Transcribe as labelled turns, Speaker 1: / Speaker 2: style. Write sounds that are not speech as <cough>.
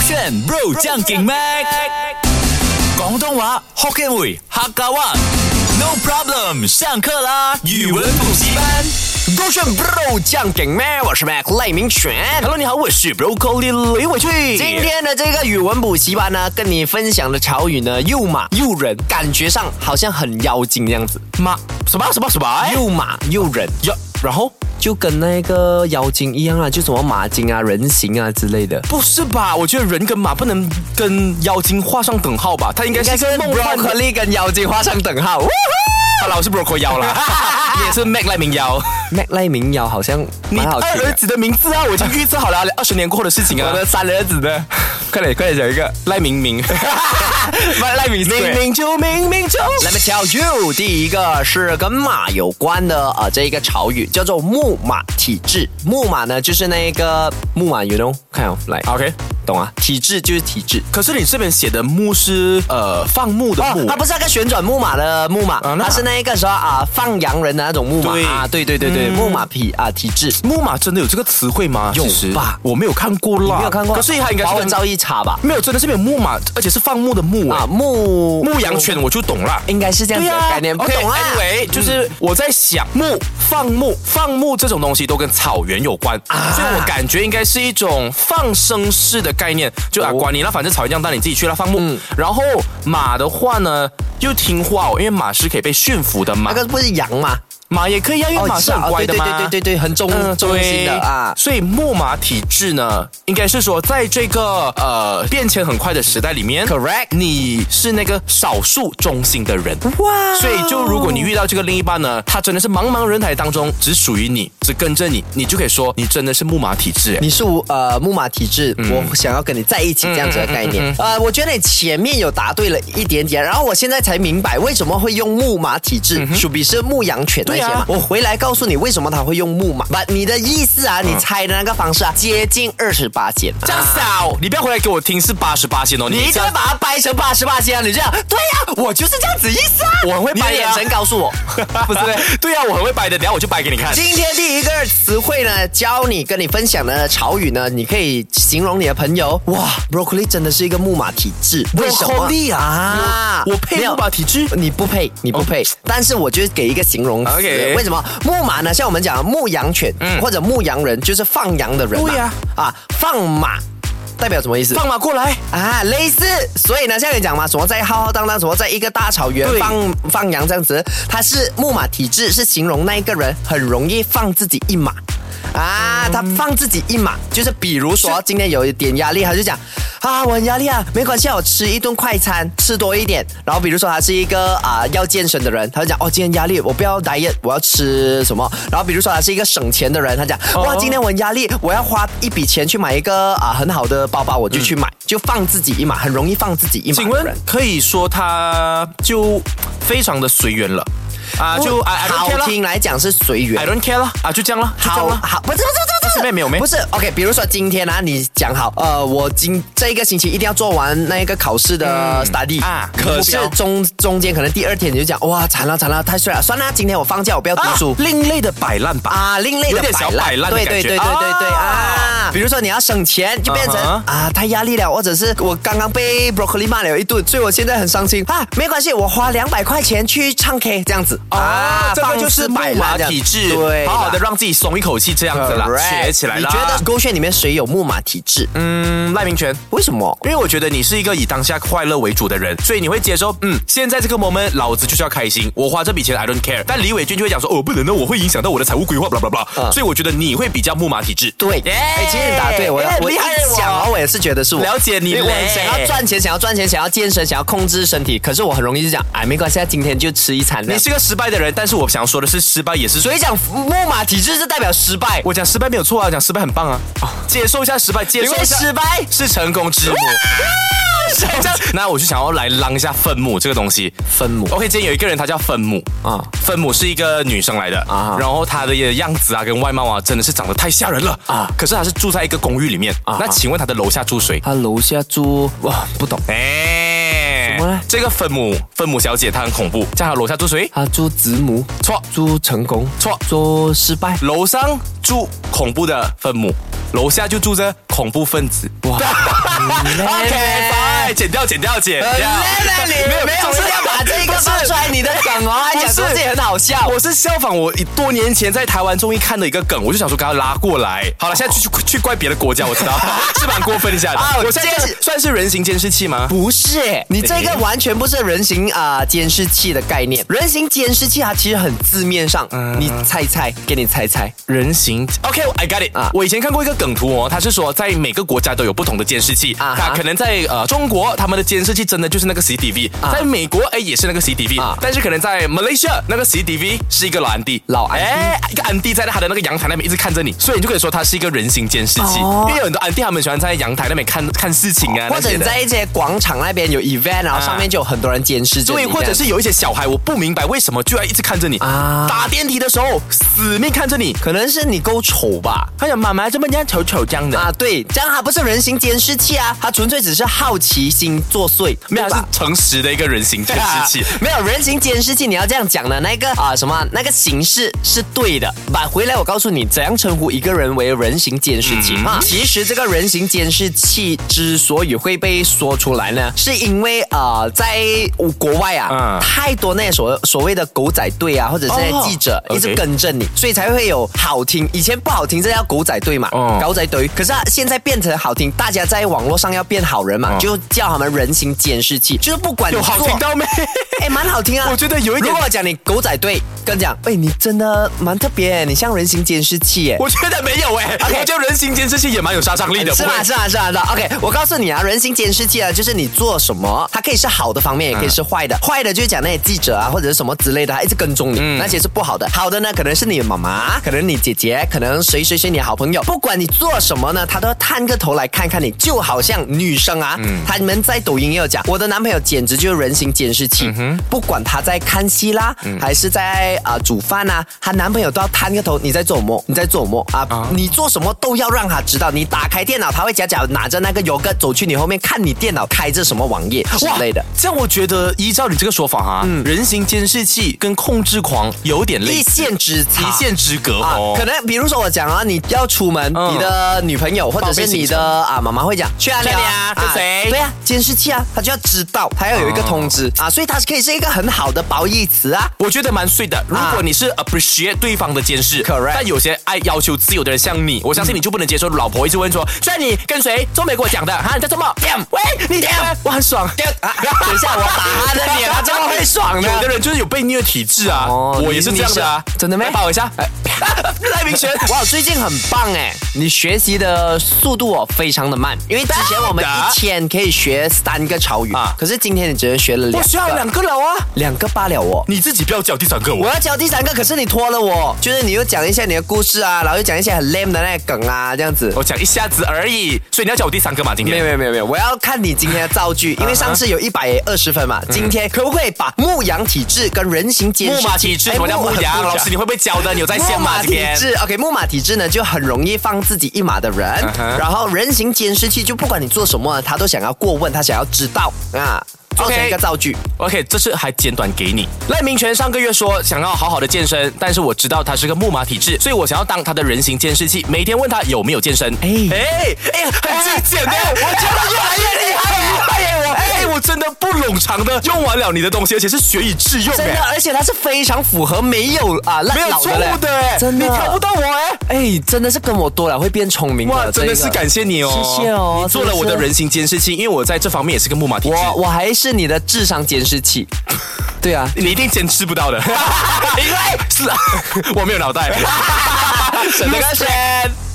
Speaker 1: 选 Bro 将劲 Mac，广东话 Hokkien 语客家话。No problem，上课啦！语文补习班。
Speaker 2: 勾选 bro 酱给麦，我是 Mac 赖明全。
Speaker 1: Hello，你好，我是 Broccoli 雷伟俊。
Speaker 2: 今天的这个语文补习班呢，跟你分享的潮语呢，又马又人，感觉上好像很妖精的样子，
Speaker 1: 马什么什么什么？哎
Speaker 2: 又马又人，
Speaker 1: 哟，
Speaker 2: 然后就跟那个妖精一样啊，就什么马精啊、人形啊之类的。
Speaker 1: 不是吧？我觉得人跟马不能跟妖精画上等号吧？它应该是一个梦幻 <laughs> 的。
Speaker 2: broccoli 跟妖精画上等号。
Speaker 1: 他老是 Broccoli 妖啦， <laughs> 你也是 Mac 赖明妖。
Speaker 2: Mac 赖明瑶好像
Speaker 1: 你
Speaker 2: 蛮好
Speaker 1: 二
Speaker 2: 听
Speaker 1: 儿
Speaker 2: 的。
Speaker 1: 子的名字啊，我已经预测好了二 <laughs> 十年过后的事情啊。
Speaker 2: 我的三儿子的，
Speaker 1: <laughs> 快点，快点讲一个赖明 <laughs> 明，赖赖明是啊
Speaker 2: <laughs> 明
Speaker 1: 对
Speaker 2: 明就明明就。Let me tell you，第一个是跟马有关的啊、呃，这一个潮语叫做木马体制。木马呢，就是那个木马，you know，看哦，来，
Speaker 1: OK。
Speaker 2: 懂啊？体制就是体制。
Speaker 1: 可是你这边写的木是呃放牧的
Speaker 2: 哦
Speaker 1: 牧，，
Speaker 2: 它不是那个旋转木马的木马，
Speaker 1: 啊那
Speaker 2: 它是那一个说啊放羊人的那种木马
Speaker 1: 对嗯
Speaker 2: 啊，对对对对，木马匹啊体制。
Speaker 1: 木马真的有这个词汇吗？
Speaker 2: 有
Speaker 1: 其实
Speaker 2: 吧
Speaker 1: 我没有看过啦，
Speaker 2: 没有看过，哦
Speaker 1: 可是它应该
Speaker 2: 华文
Speaker 1: 是
Speaker 2: 造诣差吧？
Speaker 1: 没有，真的是没有木马，而且是放牧的牧
Speaker 2: 啊
Speaker 1: 啊，
Speaker 2: 牧
Speaker 1: 牧羊犬我就懂啦。
Speaker 2: 应该是这样子的概念，不
Speaker 1: OK，
Speaker 2: 懂啦。啊嗯
Speaker 1: Anyway，就是我在想，牧、放牧、放牧这种东西都跟草原有关，
Speaker 2: 啊
Speaker 1: 所以我感觉应该是一种放生式的概念，就啊，
Speaker 2: 哦嗯
Speaker 1: 管你了，反正草原这样大，你自己去了放牧。然后马的话呢，又听话哦，因为马是可以被驯服的嘛
Speaker 2: 那，个不哦是羊吗？
Speaker 1: 马也可以啊，因为马是很乖的嗯嘛。
Speaker 2: 对对对对对，很忠忠心的啊。
Speaker 1: 所以木马体制呢，应该是说，在这个呃变迁很快的时代里面
Speaker 2: Correct
Speaker 1: 你是那个少数中心的人。
Speaker 2: 哇
Speaker 1: 所以，就如果你遇到这个另一半呢，他真的是茫茫人海当中只属于你，只跟着你，你就可以说你真的是木马体质。
Speaker 2: 你是我呃木马体质，
Speaker 1: 嗯
Speaker 2: 我想要跟你在一起这样子的概念。呃，我觉得你前面有答对了一点点，然后我现在才明白为什么会用木马体质，属比是牧羊犬
Speaker 1: 嗯
Speaker 2: 那些
Speaker 1: 对
Speaker 2: 嘛
Speaker 1: 啊。
Speaker 2: 我回来告诉你为什么他会用木马，把你的意思啊，你猜的那个方式啊，接近二十八线。啊
Speaker 1: 这样啊少，你不要回来给我听是八十八线哦，
Speaker 2: 你一
Speaker 1: 这
Speaker 2: 定会
Speaker 1: 样
Speaker 2: 把它掰成八十八线啊！你这样，对呀、我就是这样子意思啊！
Speaker 1: 我很会
Speaker 2: 你的
Speaker 1: 掰的
Speaker 2: 眼
Speaker 1: 啊
Speaker 2: 神告诉我，
Speaker 1: 不是嘞？对呀、啊，我很会掰的，等一下我就掰给你看。
Speaker 2: <laughs> 今天第一个词汇呢，教你跟你分享的潮语呢，你可以形容你的朋友。哇，broccoli 真的是一个木马体质，为什么
Speaker 1: Broccoli
Speaker 2: 啊
Speaker 1: 我我配木马体质
Speaker 2: 没有你不配，你不配。但是我就给一个形容词
Speaker 1: 哦 OK 嗯
Speaker 2: 为什么木马呢？像我们讲的牧羊犬、或者牧羊人，就是放羊的人嘛。
Speaker 1: 对呀
Speaker 2: 啊，放马代表什么意思？
Speaker 1: 放马过来，
Speaker 2: 啊，类似，所以呢，像你讲嘛，什么在浩浩荡荡，什么在一个大草原
Speaker 1: 对
Speaker 2: 放放羊这样子，它是木马体质，是形容那一个人很容易放自己一马啊，他放自己一马，就是比如说今天有一点压力，他就讲啊，我很压力啊，没关系啊，我吃一顿快餐，吃多一点。然后比如说他是一个啊、要健身的人，他就讲哦，今天压力，我不要 diet，我要吃什么。然后比如说他是一个省钱的人，他讲
Speaker 1: 哦
Speaker 2: 哇，今天我很压力，我要花一笔钱去买一个啊、很好的包包，我就去买，就放自己一马，很容易放自己一马
Speaker 1: 请
Speaker 2: 的
Speaker 1: 问
Speaker 2: 人。
Speaker 1: 可以说他就非常的随缘了啊，就 I I don't
Speaker 2: 哦好
Speaker 1: care 了
Speaker 2: 听来讲是随缘
Speaker 1: ，I。don't care 了啊，就这样了，就这样
Speaker 2: 好
Speaker 1: 了。
Speaker 2: 好，不是不是不是不
Speaker 1: 是
Speaker 2: 是
Speaker 1: 妹妹有妹
Speaker 2: 不是 OK。比如说今天啊，你讲好，呃，我今这一个星期一定要做完那一个考试的 study、
Speaker 1: 啊
Speaker 2: 可是
Speaker 1: 目标
Speaker 2: 中中间可能第二天你就讲，哇，惨了惨了，太衰了，算了，今天我放假，我不要读
Speaker 1: 啊
Speaker 2: 书。
Speaker 1: 另类的摆烂吧。
Speaker 2: 啊，另类的
Speaker 1: 有点小摆烂的
Speaker 2: 对
Speaker 1: 感
Speaker 2: 对
Speaker 1: 觉
Speaker 2: 对对对对
Speaker 1: 啊
Speaker 2: 啊！比如说你要省钱，就变成
Speaker 1: 嗯哼
Speaker 2: 啊太压力了，或者是我刚刚被 broccoli 骂了一顿，所以我现在很伤心啊。没关系，我花两百块钱去唱 K 这样子
Speaker 1: 啊，这个就是
Speaker 2: 放肆
Speaker 1: 木
Speaker 2: 摆烂
Speaker 1: 马
Speaker 2: 这样
Speaker 1: 体质，
Speaker 2: 对，
Speaker 1: 好好的。让自己松一口气，这样子啦，
Speaker 2: Correct
Speaker 1: 学起来
Speaker 2: 你
Speaker 1: 啦。
Speaker 2: 觉得勾选里面谁有木马体质？
Speaker 1: 嗯，赖明权，
Speaker 2: 为什么？
Speaker 1: 因为我觉得你是一个以当下快乐为主的人，所以你会接受，嗯，现在这个 moment 老子就是要开心，我花这笔钱 I don't care。但李伟俊就会讲说，哦，不能的，我会影响到我的财务规划，blah blah blah。
Speaker 2: 嗯
Speaker 1: 所以我觉得你会比较木马体质。
Speaker 2: 对，
Speaker 1: 耶
Speaker 2: 哎，其实你答对，我
Speaker 1: 耶
Speaker 2: 我一
Speaker 1: 厉害哦我
Speaker 2: 想啊，我也是觉得是我
Speaker 1: 了解你
Speaker 2: 因为我
Speaker 1: 嘞
Speaker 2: 很想要赚钱，想要赚钱，想要健身，想要控制身体，可是我很容易就讲，哎，没关系，今天就吃一餐这
Speaker 1: 你
Speaker 2: 样。
Speaker 1: 是个失败的人，但是我想说的是，失败也是。
Speaker 2: 所以讲木马体质是代表失败，
Speaker 1: 我讲失败没有错啊，讲失败很棒啊，接受一下失败，接
Speaker 2: 哦因
Speaker 1: 受
Speaker 2: 为
Speaker 1: 一下
Speaker 2: 失败
Speaker 1: 是成功之
Speaker 2: <laughs>
Speaker 1: 母。这样那我就想要来浪一下分母这个东西。
Speaker 2: 分母
Speaker 1: OK，今天有一个人，她叫分母
Speaker 2: 啊
Speaker 1: 啊，分母是一个女生来的啊，
Speaker 2: 啊
Speaker 1: 然后她的样子啊跟外貌啊，真的是长得太吓人了
Speaker 2: 啊
Speaker 1: 啊。可是她是住在一个公寓里面
Speaker 2: 啊
Speaker 1: 啊，那请问她的楼下住谁？
Speaker 2: 他楼下住哇，不懂，
Speaker 1: 哎，
Speaker 2: 什么呢
Speaker 1: 这个分母分母小姐她很恐怖，在她楼下住谁？
Speaker 2: 他住子母，
Speaker 1: 错，
Speaker 2: 住成功，
Speaker 1: 错
Speaker 2: 住失败，
Speaker 1: 楼 <laughs> 上住恐怖的分母，楼下就住着恐怖分子。哇， OK，拜，剪掉，剪掉，剪掉。
Speaker 2: 很累啊你，
Speaker 1: 没有，
Speaker 2: 没有
Speaker 1: 就是
Speaker 2: 要把这一个放出来，你的梗哦，还讲说自己很好笑。
Speaker 1: 我是效仿我多年前在台湾综艺看的一个梗，我就想说给他拉过来。
Speaker 2: 哦
Speaker 1: 好了，现在去去去怪别的国家，我知
Speaker 2: <laughs>
Speaker 1: 道是蛮过分一下的
Speaker 2: 啊。
Speaker 1: 我现在
Speaker 2: 这
Speaker 1: 这算是人形监视器吗？
Speaker 2: 不是欸，你这个完全不是人形啊、监视器的概念。人形监视器它其实很字面上，你猜猜，给你猜猜，
Speaker 1: 人形，OK，I、got it、
Speaker 2: 啊
Speaker 1: 我以前看过一个梗图哦，它是说在每个国家都有不同的监视器，
Speaker 2: 啊
Speaker 1: 啊、
Speaker 2: 哈
Speaker 1: 可能在呃中国他们的监视器真的就是那个 CCTV，、
Speaker 2: 啊
Speaker 1: 在美国哎也是那个 CCTV，、
Speaker 2: 啊
Speaker 1: 但是可能在 Malaysia 那个 CCTV 是一个老安迪，
Speaker 2: 老安迪
Speaker 1: 哎一个安迪在他的那个阳台那边一直看着你，所以你就可以说它是一个人形监视器，
Speaker 2: 哦
Speaker 1: 因为有很多安迪他们喜欢在阳台那边看看事情啊，
Speaker 2: 或
Speaker 1: 那些
Speaker 2: 者哎你
Speaker 1: 的
Speaker 2: 啊在一些广场那边有 event，然后上面就有很多人监视着你
Speaker 1: 对，
Speaker 2: 这样，
Speaker 1: 或者是有一些小孩，我不明白为什么就要一直看着你
Speaker 2: 啊
Speaker 1: 打电梯的时候死命看着你，
Speaker 2: 可能是你够丑吧。
Speaker 1: 他讲妈妈这么这样丑丑这样的。
Speaker 2: 啊，对，这样它不是人形监视器啊，它纯粹只是好奇心作祟，
Speaker 1: 没有是
Speaker 2: 对吧
Speaker 1: 诚实的一个人形监视器。
Speaker 2: 啊没有人形监视器，你要这样讲的那个啊、什么那个形式是对的。买回来我告诉你怎样称呼一个人为人形监视器、
Speaker 1: 嗯
Speaker 2: 啊。其实这个人形监视器之所以会被说出来呢，是因为啊、呃在国外啊，
Speaker 1: 嗯
Speaker 2: 太多那些所所谓的狗仔队啊，或者是那些
Speaker 1: 哦
Speaker 2: 记者、一直
Speaker 1: OK
Speaker 2: 跟着你，所以才会有好听。以前不好听，这叫狗仔队嘛，
Speaker 1: 哦
Speaker 2: 狗仔队。可是、啊、现在变成好听，大家在网络上要变好人嘛，
Speaker 1: 哦
Speaker 2: 就叫他们人形监视器，就是不管你
Speaker 1: 有好
Speaker 2: 做
Speaker 1: 听到没？
Speaker 2: 哎，蛮好听啊！
Speaker 1: 我觉得有一点
Speaker 2: 如果讲你狗仔队，跟讲，哎，你真的蛮特别，你像人形监视器耶。
Speaker 1: <laughs> 我觉得没有哎、
Speaker 2: <laughs> OK
Speaker 1: 我觉得人形监视器也蛮有杀伤力的，
Speaker 2: 是
Speaker 1: 不
Speaker 2: 吧？
Speaker 1: 会
Speaker 2: 是吧？是吧？是吧？OK，我告诉你啊，人形监视器啊，就是你做什么，它可以是好的方面，也可以是坏
Speaker 1: 嗯
Speaker 2: 的。坏的就是讲那些记者啊，或者是什么之类的，他一直跟踪你，那些是不好的。好的呢，可能是你妈妈，可能你姐姐，可能谁谁谁你的好朋友。不管你做什么呢，他都要探个头来看看你，就好像女生啊，他们在抖音也有讲，我的男朋友简直就是人形监视器，不管他在看戏啦，还是在啊、煮饭啊，她男朋友都要探个头，你在做什么？你在做什么啊？
Speaker 1: 啊
Speaker 2: 你做什么都要让他知道。你打开电脑，他会假假拿着那个油哥走去你后面，看你电脑开着什么网页之类的。
Speaker 1: 这样我觉得依照你这个说法哈、啊人形监视器跟控制狂有点类
Speaker 2: 嗯一
Speaker 1: 似，
Speaker 2: 线之差，
Speaker 1: 一线之隔
Speaker 2: 啊
Speaker 1: 哦，。
Speaker 2: 可能比如说我讲啊，你要出门，
Speaker 1: 嗯
Speaker 2: 你的女朋友或者是你的啊妈妈会讲去哪里
Speaker 1: 去哪里
Speaker 2: 啊
Speaker 1: 啊？跟谁
Speaker 2: 对啊，监视器啊，他就要知道，他要有一个通知啊，所以它可以是一个很好的褒义词
Speaker 1: <laughs>
Speaker 2: 啊。
Speaker 1: 我觉得蛮碎的。如果你是 appreciate 对方的监视
Speaker 2: Correct
Speaker 1: 但有些爱要求自由的人，像你，我相信你就不能接受老婆一直问说，虽然你跟谁，中美给我讲的，哈，你在做梦，damn，喂，你 damn，我很爽，damn，
Speaker 2: 啊， <laughs> 等一下我打他的
Speaker 1: <laughs>
Speaker 2: 脸，他这么会爽的。
Speaker 1: 有的人就是有被虐体质啊，
Speaker 2: 哦
Speaker 1: 我也是这样的啊
Speaker 2: 你你，是真的吗
Speaker 1: 来抱我一下，哎，赖明轩，
Speaker 2: 哇，最近很棒哎！你学习的速度哦非常的慢，因为之前我们一天可以学三个潮语啊
Speaker 1: 啊，
Speaker 2: 可是今天你只能学了两
Speaker 1: 我需要
Speaker 2: 个，
Speaker 1: 两个楼啊，
Speaker 2: 两个罢了哦。
Speaker 1: 你自己不要叫第三个
Speaker 2: 我
Speaker 1: 我。
Speaker 2: 要教第三个，可是你拖了我，就是你又讲一下你的故事啊，然后又讲一些很 lame 的那些梗啊，这样子。
Speaker 1: 我讲一下子而已，所以你要叫我第三个嘛？今
Speaker 2: 没
Speaker 1: 天
Speaker 2: 有没有没有没有，我要看你今天的造句，因
Speaker 1: Uh-huh
Speaker 2: 为上次有一百二十分嘛，今天可不可以把牧羊体质跟人形监视
Speaker 1: 木马体质，
Speaker 2: 哎
Speaker 1: 什么叫牧羊？老师，你会不会教的？你有在线
Speaker 2: 木
Speaker 1: 吗？
Speaker 2: 马
Speaker 1: 今
Speaker 2: 体
Speaker 1: 天
Speaker 2: 质，OK，木马体质呢就很容易放自己一马的人
Speaker 1: 哼
Speaker 2: 然后人形监视器就不管你做什么，他都想要过问，他想要知道啊，做成
Speaker 1: OK
Speaker 2: 一个造句。
Speaker 1: OK，这次还简短给你。赖明权上个月说想要好好的健身，但是我知道他是个木马体质，所以我想要当他的人形监视器，每天问他有没有健身。哎哎哎，很精简的，我觉得越来越厉害了。哎，我真的不冗长的用完了你的东西，而且是学以致用，
Speaker 2: 真的，
Speaker 1: 哎
Speaker 2: 而且他是非常符合没有啊
Speaker 1: 没
Speaker 2: 烂
Speaker 1: 有
Speaker 2: 脑
Speaker 1: 错
Speaker 2: 的嘞
Speaker 1: 误的，哎
Speaker 2: 真的
Speaker 1: 你挑不到我哎。
Speaker 2: 哎，真的是跟我多了会变聪明的。
Speaker 1: 哇，真的是感
Speaker 2: 谢。
Speaker 1: 谢你哦，
Speaker 2: 谢谢哦
Speaker 1: 你做了我的
Speaker 2: 真的是
Speaker 1: 人形监视器，因为我在这方面也是个木马体质。
Speaker 2: 我我还是你的智商监视器。对啊，
Speaker 1: 你一定坚持不到 <laughs>
Speaker 2: <laughs>
Speaker 1: 的，因为是我没有脑袋。
Speaker 2: 省得个钱。